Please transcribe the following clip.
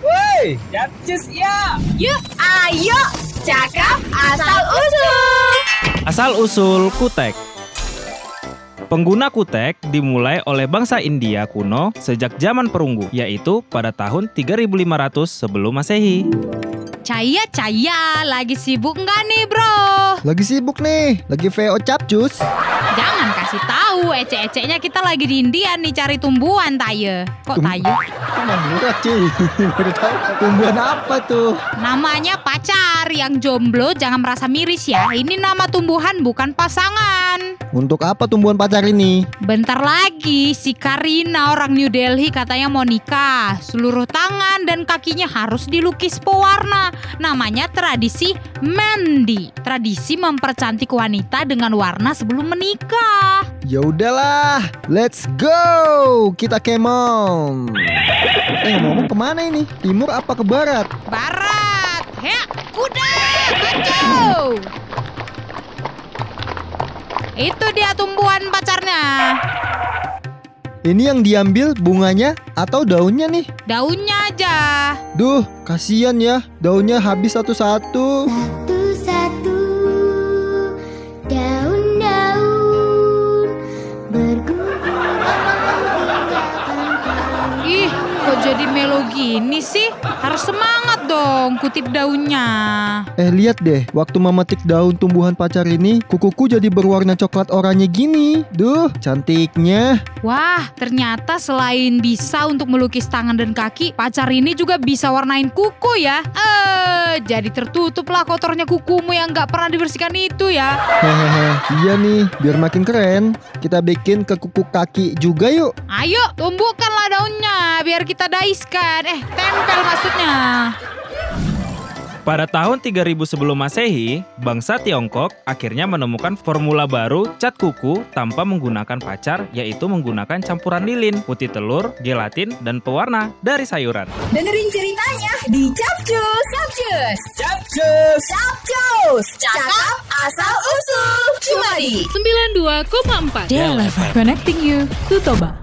Hey, Yacis ya. Yuk, ayo cakap asal usul. Asal usul kutek. Pengguna kutek dimulai oleh bangsa India kuno sejak zaman perunggu, yaitu pada tahun 3500 sebelum Masehi. Caya Caya lagi sibuk nggak nih bro? Lagi sibuk nih, lagi VO capcus. Jangan kasih tahu ece-ecenya kita lagi di India nih cari tumbuhan Taye. Kok ya? Tum- Taye? Emang murah cuy. Baru tahu. Tumbuhan apa tuh? Namanya pacar yang jomblo jangan merasa miris ya. Ini nama tumbuhan bukan pasangan. Untuk apa tumbuhan pacar ini? Bentar lagi si Karina orang New Delhi katanya mau nikah. Seluruh tangan dan kakinya harus dilukis pewarna. Namanya tradisi Mendi. Tradisi mempercantik wanita dengan warna sebelum menikah. Ya udahlah, let's go. Kita kemon. Eh ngomong kemana ini? Timur apa ke barat? Barat, ya kuda, maju. Itu dia tumbuhan pacarnya. Ini yang diambil bunganya atau daunnya nih? Daunnya aja. Duh, kasihan ya. Daunnya habis satu-satu. Satu-satu daun-daun bergugur Ih, kok jadi melo gini sih? Harus semangat dong kutip daunnya. Eh lihat deh, waktu memetik daun tumbuhan pacar ini, kukuku jadi berwarna coklat oranye gini. Duh, cantiknya. Wah, ternyata selain bisa untuk melukis tangan dan kaki, pacar ini juga bisa warnain kuku ya. Eh, jadi tertutuplah kotornya kukumu yang nggak pernah dibersihkan itu ya. Hehehe, iya nih, biar makin keren, kita bikin ke kuku kaki juga yuk. Ayo, tumbuhkanlah daunnya biar kita daiskan. Eh, tempel maksudnya. Pada tahun 3000 sebelum Masehi, bangsa Tiongkok akhirnya menemukan formula baru cat kuku tanpa menggunakan pacar, yaitu menggunakan campuran lilin, putih telur, gelatin, dan pewarna dari sayuran. Dengerin ceritanya di Capcus. Capcus. Capcus. Capcus. Cakap asal usul. Cuma di 92,4 Connecting you to Toba